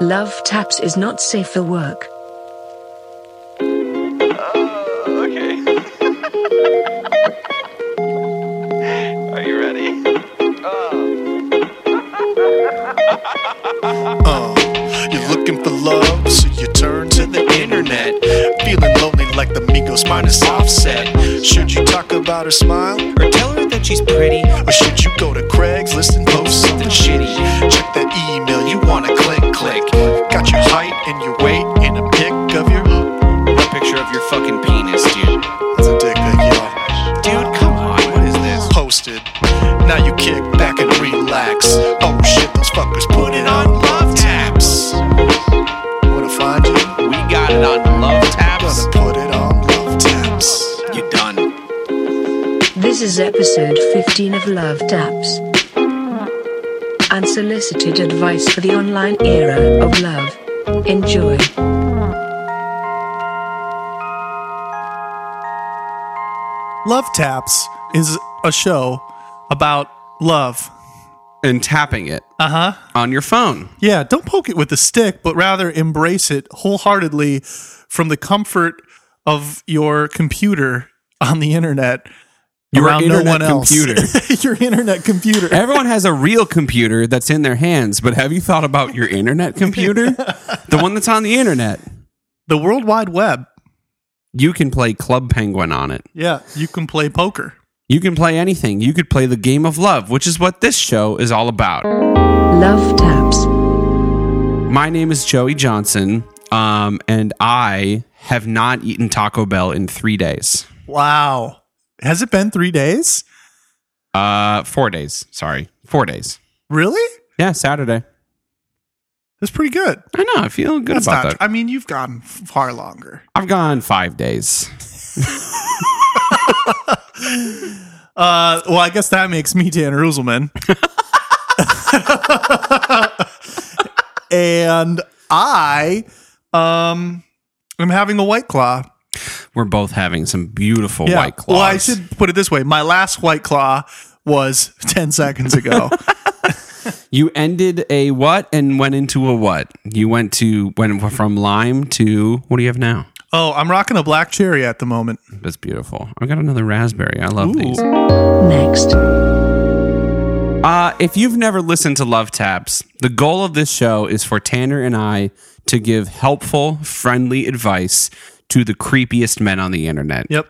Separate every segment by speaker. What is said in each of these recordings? Speaker 1: Love taps is not safe for work.
Speaker 2: Oh, okay. Are you ready?
Speaker 3: You're looking for love, so you turn to the internet. Feeling lonely like the Migos minus offset. Should you talk about her smile?
Speaker 4: Or tell her that she's pretty.
Speaker 3: Or should you go to Craigslist and post something shitty? Check that email, you wanna click, click. Got your height and your weight and a pic of your.
Speaker 4: A picture of your fucking penis, dude.
Speaker 3: That's a dick pic, y'all.
Speaker 4: Dude, come on, what is this?
Speaker 3: Posted. Now you kick back and relax. Oh shit, those fuckers put it on love taps. Wanna find you?
Speaker 4: We got it on love taps.
Speaker 3: Gonna put it on love taps.
Speaker 4: You done.
Speaker 1: This is episode 15 of Love Taps. Unsolicited advice for the online era of love. Enjoy.
Speaker 5: Love Taps is a show about love.
Speaker 6: and tapping it uh-huh on your phone
Speaker 5: Yeah, don't poke it with a stick, but rather embrace it wholeheartedly from the comfort of your computer on the internet
Speaker 6: Your
Speaker 5: around no
Speaker 6: internet
Speaker 5: one else.
Speaker 6: computer.
Speaker 5: your internet computer.
Speaker 6: everyone has a real computer that's in their hands but have you thought about your internet computer the one that's on the internet
Speaker 5: The World Wide Web.
Speaker 6: you can play club penguin on it
Speaker 5: Yeah, you can play poker.
Speaker 6: you can play anything you could play the game of love which is what this show is all about
Speaker 1: Love Taps.
Speaker 6: my name is joey johnson um, and i have not eaten taco bell in three days
Speaker 5: Wow. Has it been three days?
Speaker 6: uh four days sorry four days
Speaker 5: Really?
Speaker 6: yeah saturday
Speaker 5: That's pretty good.
Speaker 6: i know i feel good
Speaker 5: That's
Speaker 6: about
Speaker 5: not.
Speaker 6: that
Speaker 5: I mean, you've gone far longer.
Speaker 6: i've gone five days
Speaker 5: Uh, well, I guess that makes me Dan Ruselman. and I um am having a white claw.
Speaker 6: we're both having some beautiful white claws
Speaker 5: Well, I should put it this way. My last white claw was 10 seconds ago.
Speaker 6: You ended a what and went into a what? You went to went from lime to what do you have now?
Speaker 5: oh, I'm rocking a black cherry at the moment.
Speaker 6: That's beautiful. I've got another raspberry. I love these.
Speaker 1: Next.
Speaker 6: Uh, if you've never listened to Love Taps, the goal of this show is for Tanner and I to give helpful, friendly advice to the creepiest men on the internet.
Speaker 5: Yep.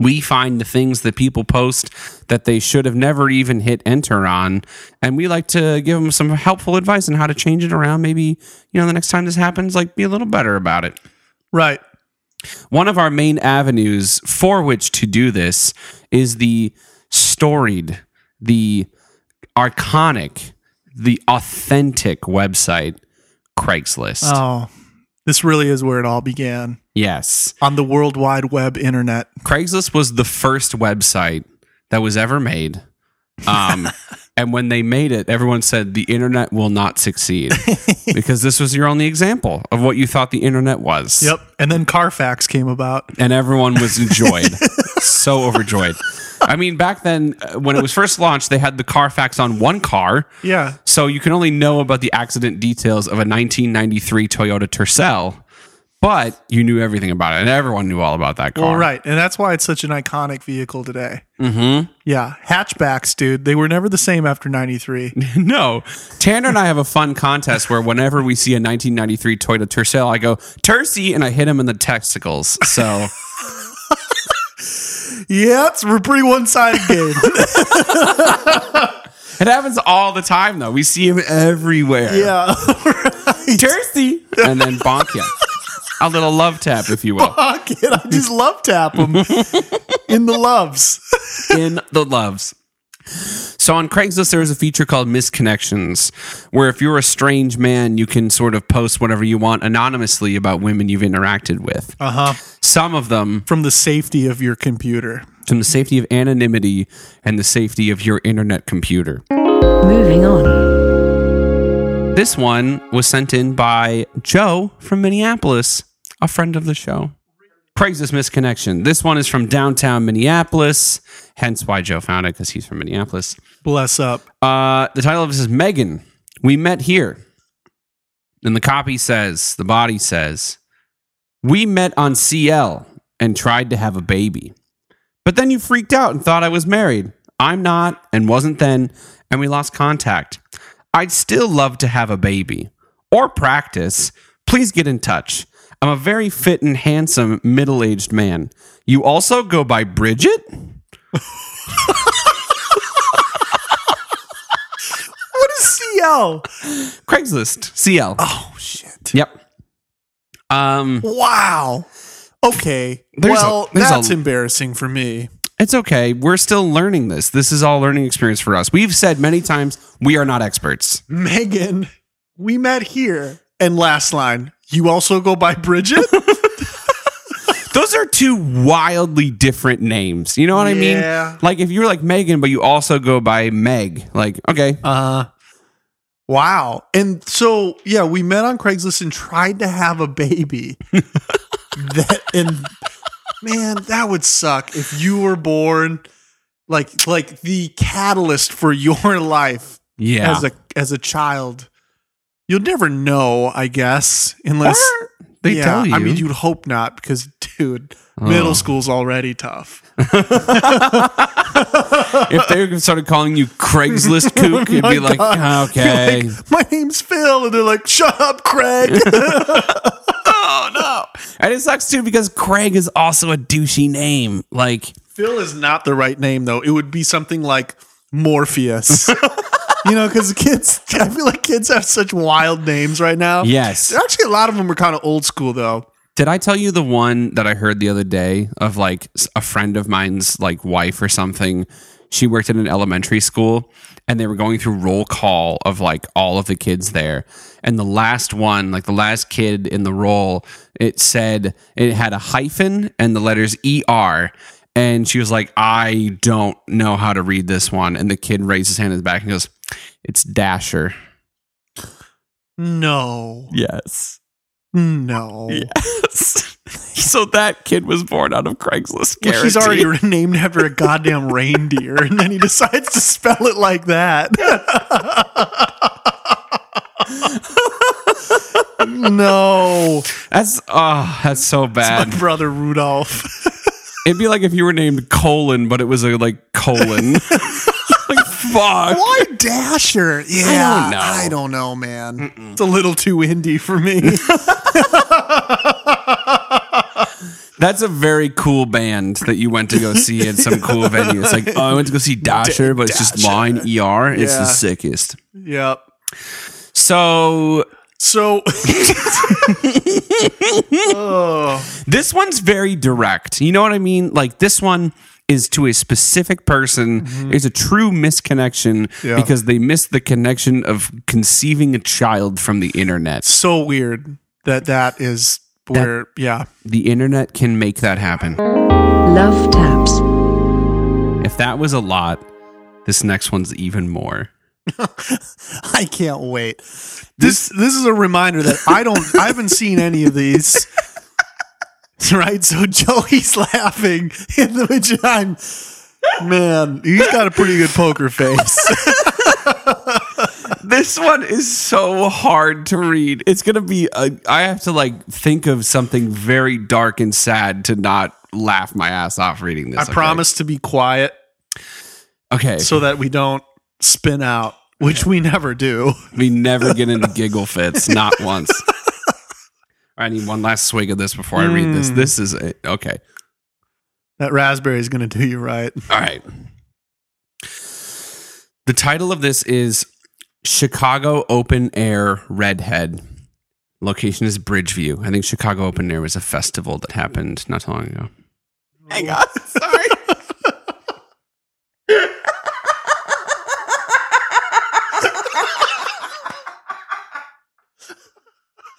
Speaker 6: We find the things that people post that they should have never even hit enter on, and we like to give them some helpful advice on how to change it around. Maybe you know the next time this happens, like be a little better about it.
Speaker 5: Right.
Speaker 6: One of our main avenues for which to do this is the storied, the iconic, the authentic website Craigslist.
Speaker 5: Oh, this really is where it all began
Speaker 6: Yes.
Speaker 5: on the World Wide Web internet.
Speaker 6: Craigslist was the first website that was ever made. Um, and when they made it, everyone said the internet will not succeed because this was your only example of what you thought the internet was.
Speaker 5: Yep. And then Carfax came about.
Speaker 6: and everyone was enjoyed so overjoyed i mean back then uh, when it was first launched they had the carfax on one car
Speaker 5: Yeah.
Speaker 6: so you can only know about the accident details of a 1993 toyota tercel but you knew everything about it and everyone knew all about that car
Speaker 5: Well, right, and that's why it's such an iconic vehicle today. Mm-hmm. Yeah, hatchbacks, dude. They were never the same after '93.
Speaker 6: no tanner and i have a fun contest where whenever we see a 1993 toyota tercel i go tercy and i hit him in the testicles so
Speaker 5: yeah, it's a pretty one-sided game.
Speaker 6: it happens all the time though we see him everywhere
Speaker 5: yeah,
Speaker 6: Jersey, and then bonk you. A little love tap, if you will,
Speaker 5: Fuck it, I just love tap them in the loves.
Speaker 6: in the loves. So on Craigslist, there is a feature called misconnections, where if you're a strange man, you can sort of post whatever you want anonymously about women you've interacted with.
Speaker 5: Uh huh.
Speaker 6: Some of them
Speaker 5: From the safety of your computer.
Speaker 6: from the safety of anonymity and the safety of your internet computer.
Speaker 1: Moving on.
Speaker 6: This one was sent in by Joe from Minneapolis, a friend of the show. Craigslist misconnection. This one is from downtown Minneapolis, hence why Joe found it because he's from Minneapolis.
Speaker 5: Bless up.
Speaker 6: Uh, the title of this is Megan. We met here. And the copy says, the body says, We met on CL and tried to have a baby. But then you freaked out and thought I was married. I'm not and wasn't then, and we lost contact. I'd still love to have a baby or practice. Please get in touch. I'm a very fit and handsome middle aged man. You also go by Bridget?
Speaker 5: What is CL?
Speaker 6: Craigslist, CL.
Speaker 5: Oh shit!
Speaker 6: Yep. Um,
Speaker 5: Wow. Okay.
Speaker 6: There's a-
Speaker 5: well,
Speaker 6: there's a-
Speaker 5: that's embarrassing for me.
Speaker 6: It's okay. We're still learning this. This is all learning experience for us. We've said many times we are not experts.
Speaker 5: Megan, we met here. And last line, you also go by Bridget?
Speaker 6: Those are two wildly different names. You know what I
Speaker 5: Yeah.
Speaker 6: mean? Like if you were like Megan, but you also go by Meg. Like okay,
Speaker 5: uh wow. And so yeah, we met on Craigslist and tried to have a baby. that and man, that would suck if you were born like like the catalyst for your life
Speaker 6: yeah.
Speaker 5: as a as a child. You'll never know, I guess, unless
Speaker 6: they
Speaker 5: Yeah,
Speaker 6: tell you. Oh.
Speaker 5: I mean, you'd hope not because, dude, middle school's already tough.
Speaker 6: if they started calling you Craigslist kook, you'd be like, "Oh, okay,
Speaker 5: Oh You're like, my name's Phil, and they're like, "Shut up, Craig."
Speaker 6: and it sucks too because Craig is also a douchey name. Like
Speaker 5: Phil is not the right name though. It would be something like Morpheus. you know, because kids, I feel like kids have such wild names right now.
Speaker 6: yes,
Speaker 5: Actually, a lot of them are kind of old school though.
Speaker 6: Did I tell you the one that I heard the other day of like s- a friend of mine's like wife or something? She worked at an elementary school and they were going through roll call of like all of the kids there. And the last one, like the last kid in the roll, it said it had a hyphen and the letters ER. And she was like, I don't know how to read this one. And the kid raised his hand in the back and goes, It's Dasher.
Speaker 5: No,
Speaker 6: Yes.
Speaker 5: no.
Speaker 6: so that kid was born out of Craigslist.
Speaker 5: Well, he's
Speaker 6: guarantee.
Speaker 5: already named after a goddamn reindeer, and then he decides to spell it like that. no,
Speaker 6: That's oh, that's so
Speaker 5: my
Speaker 6: bad.
Speaker 5: brother Rudolph.
Speaker 6: It'd be like if you were named colon, but it was a like colon. like fuck.
Speaker 5: Why Dasher? Yeah,
Speaker 6: know.
Speaker 5: I don't know, man. It's a little too indie for me.
Speaker 6: That's a very cool band that you went to go see at some cool venue. It's like, oh, I went to go see Dasher, but it's just line ER. It's the
Speaker 5: Yeah.
Speaker 6: sickest.
Speaker 5: yep.
Speaker 6: So
Speaker 5: So,
Speaker 6: this one's very direct. You know what I mean? Like this one is to a specific person. It's a true misconnection
Speaker 5: Yeah.
Speaker 6: because they missed the connection of conceiving a child from the internet.
Speaker 5: so weird that that is where, yeah.
Speaker 6: The internet can make that happen.
Speaker 1: Love taps.
Speaker 6: If that was a lot, this next one's even more.
Speaker 5: I can't wait. This this is a reminder that I don't I haven't seen any of these. Right? So Joey's laughing in the vagina. Man, he's got a pretty good poker face.
Speaker 6: This one is so hard to read. It's gonna be. A, I have to like think of something very dark and sad to not laugh my ass off reading this.
Speaker 5: I
Speaker 6: okay?
Speaker 5: promise to be quiet
Speaker 6: Okay, so
Speaker 5: so that we don't spin out, which we never do.
Speaker 6: we never get into giggle fits, not once. I need one last swig of this before I read this. This is it. okay.
Speaker 5: That raspberry is going to do you right.
Speaker 6: All right. The title of this is Chicago Open Air Redhead. Location is Bridgeview. I think Chicago Open Air was a festival that happened not too long ago.
Speaker 5: Hang on. Sorry.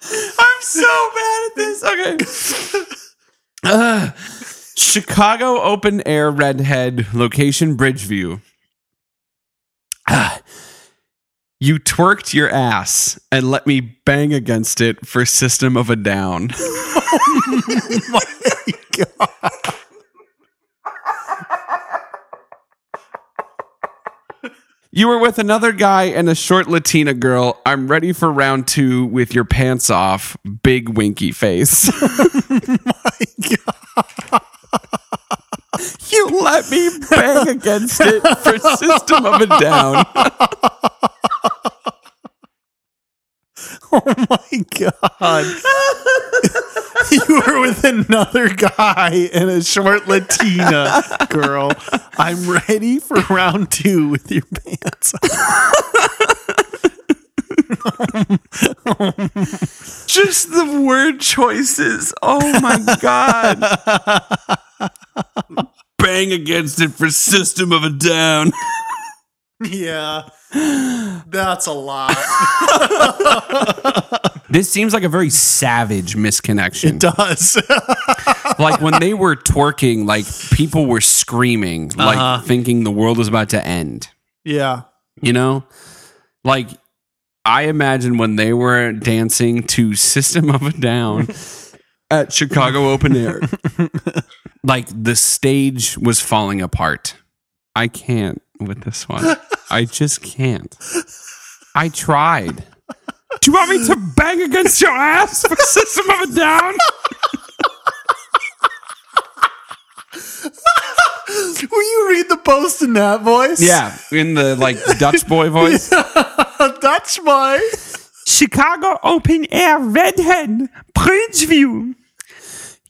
Speaker 6: I'm so bad at this. Okay. Ugh. Chicago Open Air Redhead, location Bridgeview. Ah. You twerked your ass and let me bang against it for System of a Down. You were with another guy and a short Latina girl. I'm ready for round two with your pants off, big winky face. you let me bang against it for system of a down.
Speaker 5: Oh my god. you were with another guy and a short Latina girl. I'm ready for round two with your pants.
Speaker 6: Just the word choices. Oh my god. bang against it for system of a down.
Speaker 5: yeah. That's a lot.
Speaker 6: This seems like a very savage misconnection.
Speaker 5: It does.
Speaker 6: like when they were twerking, like people were screaming, like thinking the world was about to end.
Speaker 5: yeah.
Speaker 6: You know, like I imagine when they were dancing to System of a Down at Chicago Open Air, like the stage was falling apart. I can't with this one. I just can't. I tried. Do you want me to bang against your ass for System of a Down?
Speaker 5: Will you read the post in that voice?
Speaker 6: Yeah, in the like Dutch boy voice.
Speaker 5: That's my.
Speaker 6: Chicago Open Air Redhead Bridgeview.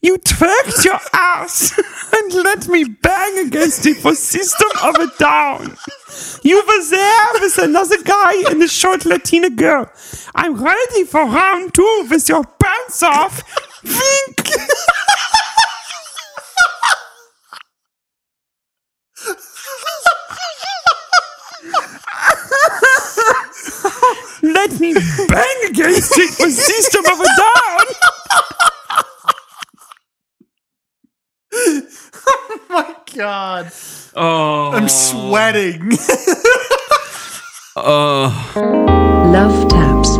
Speaker 6: You twerked your ass and let me bang against it for System of a Down. You were there with another guy and a short Latina girl. I'm ready for round two with your pants off. Wink. Let me bang against it for System of a Down.
Speaker 5: My God.
Speaker 6: Oh.
Speaker 5: I'm sweating.
Speaker 1: Love Taps.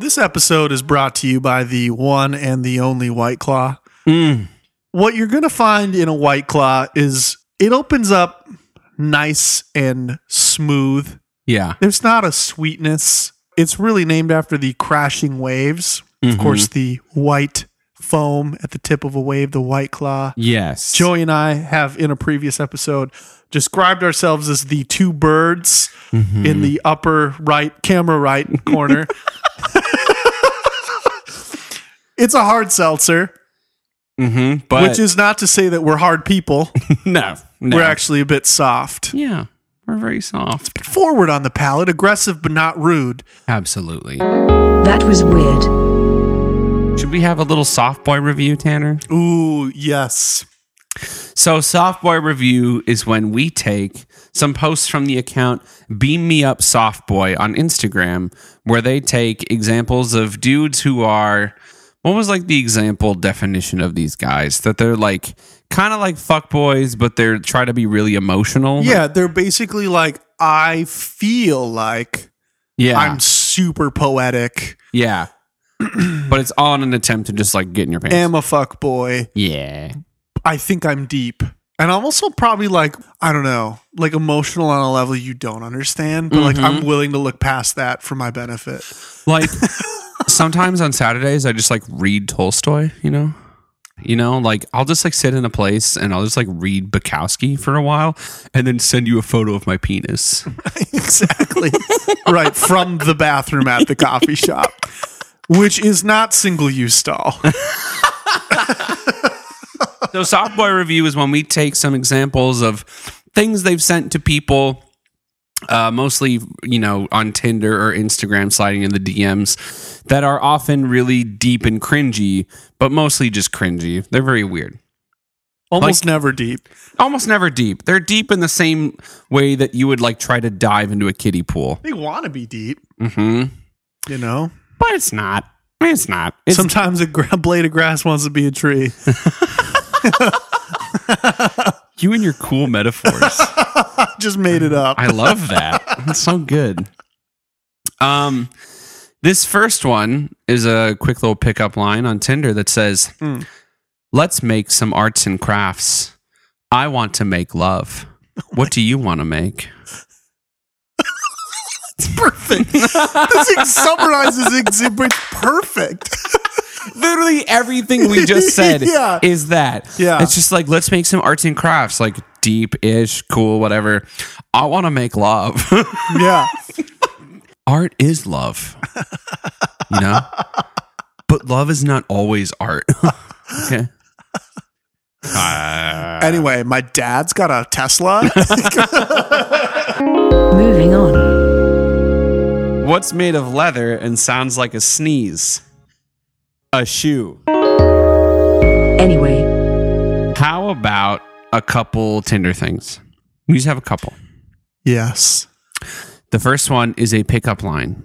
Speaker 5: This episode is brought to you by the one and the only White Claw.
Speaker 6: Mm,
Speaker 5: What you're going to find in a White Claw is it opens up nice and smooth.
Speaker 6: Yeah.
Speaker 5: There's not a sweetness. It's really named after the crashing waves. Of course, the white foam at the tip of a wave, the White Claw.
Speaker 6: Yes.
Speaker 5: Joey and I have in a previous episode described ourselves as the two birds in the upper right camera right corner. it's a hard seltzer,
Speaker 6: Mm-hmm. But
Speaker 5: which is not to say that we're hard people.
Speaker 6: no, no.
Speaker 5: We're actually a bit soft.
Speaker 6: Yeah, we're very soft.
Speaker 5: Forward on the palate, aggressive but not rude.
Speaker 6: Absolutely.
Speaker 1: That was weird.
Speaker 6: Should we have a little soft boy review, Tanner?
Speaker 5: Ooh, yes.
Speaker 6: So, soft boy review is when we take some posts from the account Beam Me Up Soft Boy on Instagram, where they take examples of dudes who are. What was like the example definition of these guys? That they're like kind of like fuck boys, but they're try to be really emotional.
Speaker 5: Yeah, they're basically like, I feel like
Speaker 6: yeah,
Speaker 5: I'm super poetic,
Speaker 6: yeah. but it's all in an attempt to just like get in your pants.
Speaker 5: am a fuck boy.
Speaker 6: yeah,
Speaker 5: I think I'm deep. And I'm also probably like, I don't know, like emotional on a level you don't understand, but like I'm willing to look past that for my benefit.
Speaker 6: Like sometimes on Saturdays, I just like read Tolstoy. You know, you know, like I'll just like sit in a place and I'll just like read Bukowski for a while, and then send you a photo of my penis.
Speaker 5: exactly. right. From the bathroom at the coffee shop, which is not single use stall.
Speaker 6: so soft boy review is when we take some examples of things they've sent to people uh, mostly you know on tinder or instagram sliding in the dms that are often really deep and cringy but mostly just cringy they're very weird
Speaker 5: Almost never deep.
Speaker 6: almost never deep. They're deep in the same way that you would like try to dive into a kiddie pool.
Speaker 5: They want to be deep,
Speaker 6: hmm
Speaker 5: you know?
Speaker 6: But it's not. It's not. It's,
Speaker 5: Sometimes a gra- blade of grass wants to be a tree.
Speaker 6: you and your cool metaphors.
Speaker 5: Just made it up.
Speaker 6: I love that. It's so good. Um, this first one is a quick little pickup line on Tinder that says,
Speaker 5: Hmm.
Speaker 6: "Let's make some arts and crafts. I want to make love." What do you want to make?
Speaker 5: It's perfect. this ex- summarizes exhibit perfect.
Speaker 6: Literally everything we just said
Speaker 5: Yeah.
Speaker 6: is that.
Speaker 5: Yeah.
Speaker 6: It's just like, let's make some arts and crafts, like deep ish, cool, whatever. I want to make love.
Speaker 5: Yeah.
Speaker 6: art is love, you know? But love is not always art. okay.
Speaker 5: Anyway, my dad's got a Tesla.
Speaker 1: Moving on.
Speaker 6: What's made of leather and sounds like a sneeze? A shoe.
Speaker 1: Anyway,
Speaker 6: How about a couple Tinder things? We just have a couple.
Speaker 5: yes.
Speaker 6: The first one is a pickup line.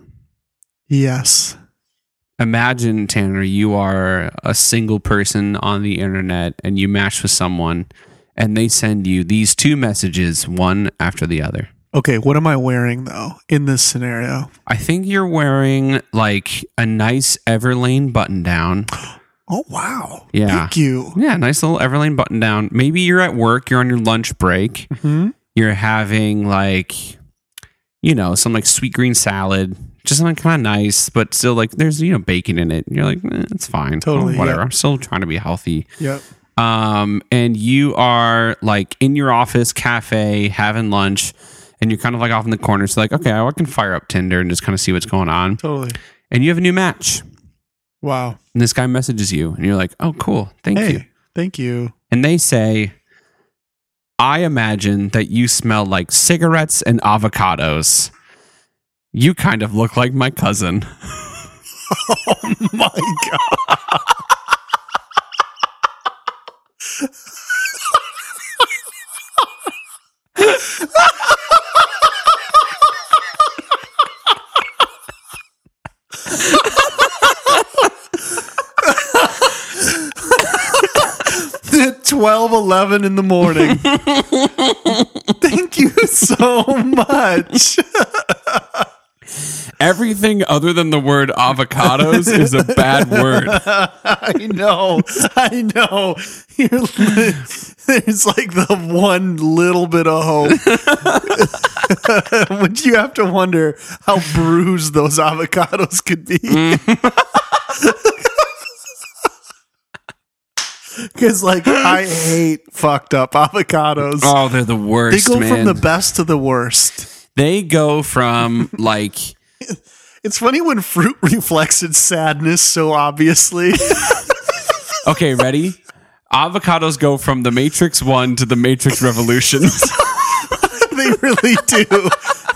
Speaker 5: Yes.
Speaker 6: Imagine, Tanner, you are a single person on the internet and you match with someone and they send you these two messages, one after the other.
Speaker 5: Okay, what am I wearing though in this scenario?
Speaker 6: I think you're wearing like a nice Everlane button down.
Speaker 5: Oh wow.
Speaker 6: Yeah.
Speaker 5: Thank you.
Speaker 6: Yeah, nice little Everlane button down. Maybe you're at work, you're on your lunch break,
Speaker 5: Hmm?
Speaker 6: you're having like, you know, some like sweet green salad, just something kind of nice, but still like there's, you know, bacon in it. And you're like, eh, it's fine.
Speaker 5: Totally,
Speaker 6: Oh, whatever.
Speaker 5: yeah.
Speaker 6: I'm still trying to be healthy.
Speaker 5: Yep.
Speaker 6: um, and you are like in your office cafe having lunch, and you're kind of like off in the corner. So like, okay, I can fire up Tinder and just kind of see what's going on.
Speaker 5: Totally.
Speaker 6: And you have a new match,
Speaker 5: Wow.
Speaker 6: and this guy messages you, and you're like, oh, cool, thank
Speaker 5: hey,
Speaker 6: you.
Speaker 5: thank you.
Speaker 6: And they say, I imagine that you smell like cigarettes and avocados. You kind of look like my cousin.
Speaker 5: My God. At twelve eleven in the morning. Thank you so much.
Speaker 6: Everything other than the word avocados is a bad word.
Speaker 5: I know. I know. You're, li- there's like the one little bit of hope. Would you have to wonder how bruised those avocados could be? Because, like, I hate fucked up avocados.
Speaker 6: Oh, they're the
Speaker 5: they
Speaker 6: worst.
Speaker 5: go
Speaker 6: man.
Speaker 5: from the best to the worst.
Speaker 6: They go from like
Speaker 5: It's funny when fruit reflects its sadness so obviously.
Speaker 6: okay, ready? Avocados go from the Matrix One to the Matrix Revolutions.
Speaker 5: they really do.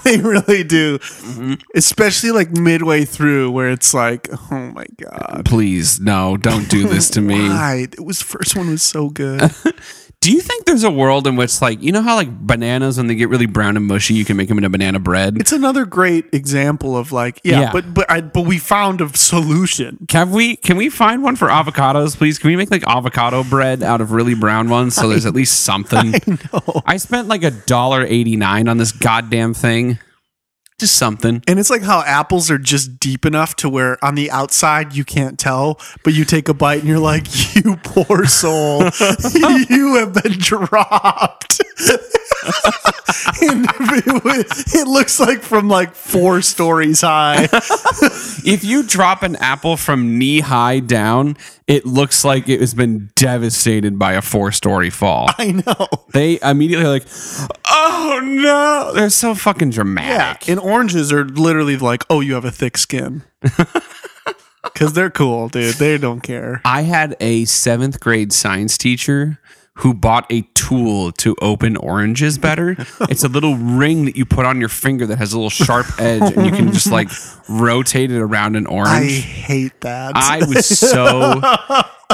Speaker 5: They really do.
Speaker 6: Mm-hmm.
Speaker 5: Especially like midway through where it's like, oh my god.
Speaker 6: Please, no, don't do this to me.
Speaker 5: Why? It was first one was so good.
Speaker 6: Do you think there's a world in which, like, you know how like bananas when they get really brown and mushy, you can make them into banana bread?
Speaker 5: It's another great example of like, yeah,
Speaker 6: Yeah.
Speaker 5: but but I, but we found a solution.
Speaker 6: Can we can we find one for avocados, please? Can we make like avocado bread out of really brown ones so there's at least something? I, spent like a dollar eighty nine on this goddamn thing. Just something.
Speaker 5: And it's like how apples are just deep enough to where on the outside you can't tell, but you take a bite and you're like, you poor soul, you have been dropped. and it, wa- it looks like from like four stories high.
Speaker 6: If you drop an apple from knee high down, it looks like it has been devastated by a four story fall.
Speaker 5: I know.
Speaker 6: They immediately are like, oh no. They're so fucking
Speaker 5: Yeah.
Speaker 6: dramatic.
Speaker 5: And oranges are literally like, oh, you have a thick skin. Because they're cool, dude. They don't care.
Speaker 6: I had a seventh grade science teacher who bought a tool to open oranges better. It's a little ring that you put on your finger that has a little sharp edge and you can just like rotate it around an
Speaker 5: I
Speaker 6: orange.
Speaker 5: hate that.
Speaker 6: I, was so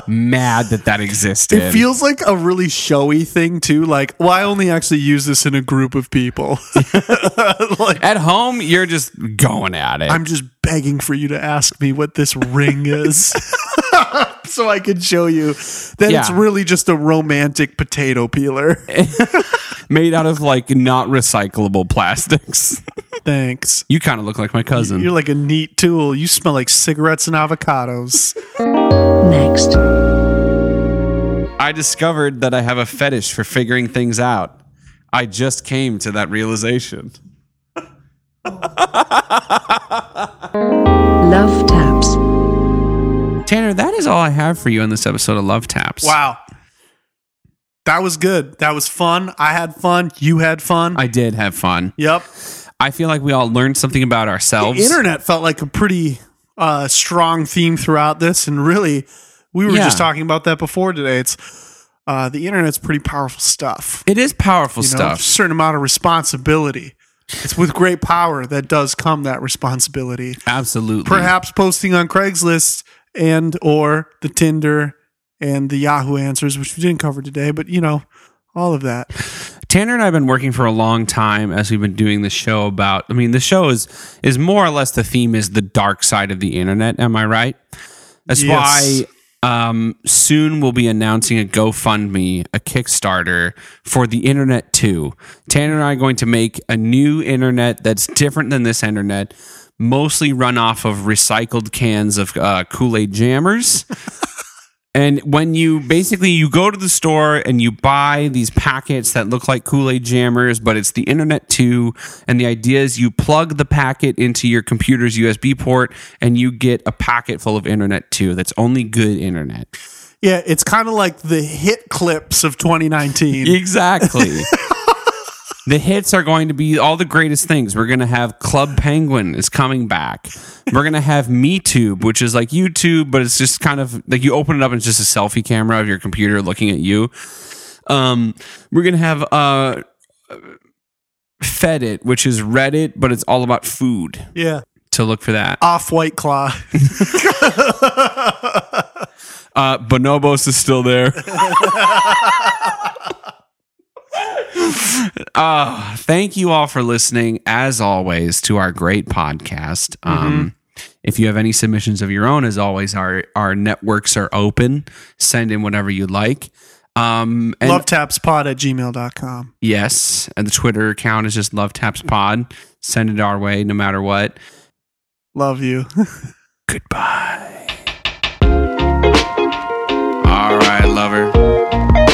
Speaker 6: mad that that existed.
Speaker 5: It feels like a really showy thing too. Like, well, I only actually use this in a group of people. like,
Speaker 6: At home, you're just going at it.
Speaker 5: I'm just begging for you to ask me what this ring is, so I can show you that it's
Speaker 6: Yeah.
Speaker 5: really just a romantic potato peeler.
Speaker 6: Made out of like not recyclable plastics.
Speaker 5: Thanks.
Speaker 6: you kind of look like my cousin.
Speaker 5: You're like a neat tool. You smell like cigarettes and avocados.
Speaker 1: next.
Speaker 6: I discovered that I have a fetish for figuring things out. I just came to that realization.
Speaker 1: Love Taps.
Speaker 6: Tanner, that is all I have for you on this episode of Love Taps.
Speaker 5: Wow. That was good. That was fun. I had fun. You had fun.
Speaker 6: I did have fun.
Speaker 5: yep.
Speaker 6: I feel like we all learned something about ourselves.
Speaker 5: The internet felt like a pretty uh, strong theme throughout this, and really, we were
Speaker 6: Yeah.
Speaker 5: just talking about that before today. It's uh, the internet's pretty powerful stuff.
Speaker 6: It is powerful
Speaker 5: You know,
Speaker 6: stuff.
Speaker 5: certain amount of responsibility. It's with great power that does come that responsibility.
Speaker 6: Absolutely.
Speaker 5: Perhaps posting on Craigslist and or the Tinder and the Yahoo Answers, which we didn't cover today, but you know, all of that.
Speaker 6: Tanner and I have been working for a long time as we've been doing this show about I mean the show is is more or less the theme is the dark side of the internet, am I right? That's
Speaker 5: Yes.
Speaker 6: why um, soon we'll be announcing a GoFundMe, a Kickstarter for the Internet 2. Tanner and I are going to make a new internet that's different than this internet, mostly run off of recycled cans of uh, Kool Aid jammers. And when you basically you go to the store and you buy these packets that look like Kool-Aid jammers, but it's the internet too. And the idea is you plug the packet into your computer's USB port and you get a packet full of internet too. That's only good internet.
Speaker 5: Yeah, it's kind of like the hit clips of 2019.
Speaker 6: Exactly. the hits are going to be all the greatest things. We're going to have Club Penguin is coming back. We're going to have MeTube, which is like YouTube, but it's just kind of like you open it up and it's just a selfie camera of your computer looking at you. Um, we're going to have uh, Fedit, which is Reddit, but it's all about food.
Speaker 5: Yeah.
Speaker 6: So look for that.
Speaker 5: Off White Claw.
Speaker 6: Uh, Bonobos is still there. uh, thank you all for listening, as always, to our great podcast. Um, If you have any submissions of your own, as always, our, our networks are open. Send in whatever you like. Um, and
Speaker 5: LoveTapsPod at gmail.com.
Speaker 6: Yes. And the Twitter account is just Love Taps Pod. Send it our way no matter what.
Speaker 5: Love you.
Speaker 6: Goodbye. All right, lover.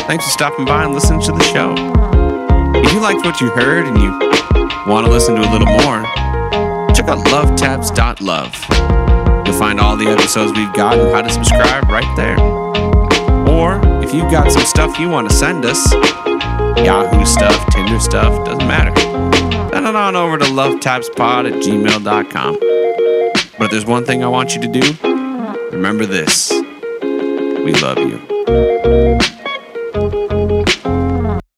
Speaker 6: Thanks for stopping by and listening to the show. If you liked what you heard and you want to listen to a little more, check out lovetaps.love. You'll find all the episodes we've got and how to subscribe right there. Or if you've got some stuff you want to send us, Yahoo stuff, Tinder stuff, doesn't matter. Send it on over to lovetapspod at gmail.com. But if there's one thing I want you to do, remember this. We love you.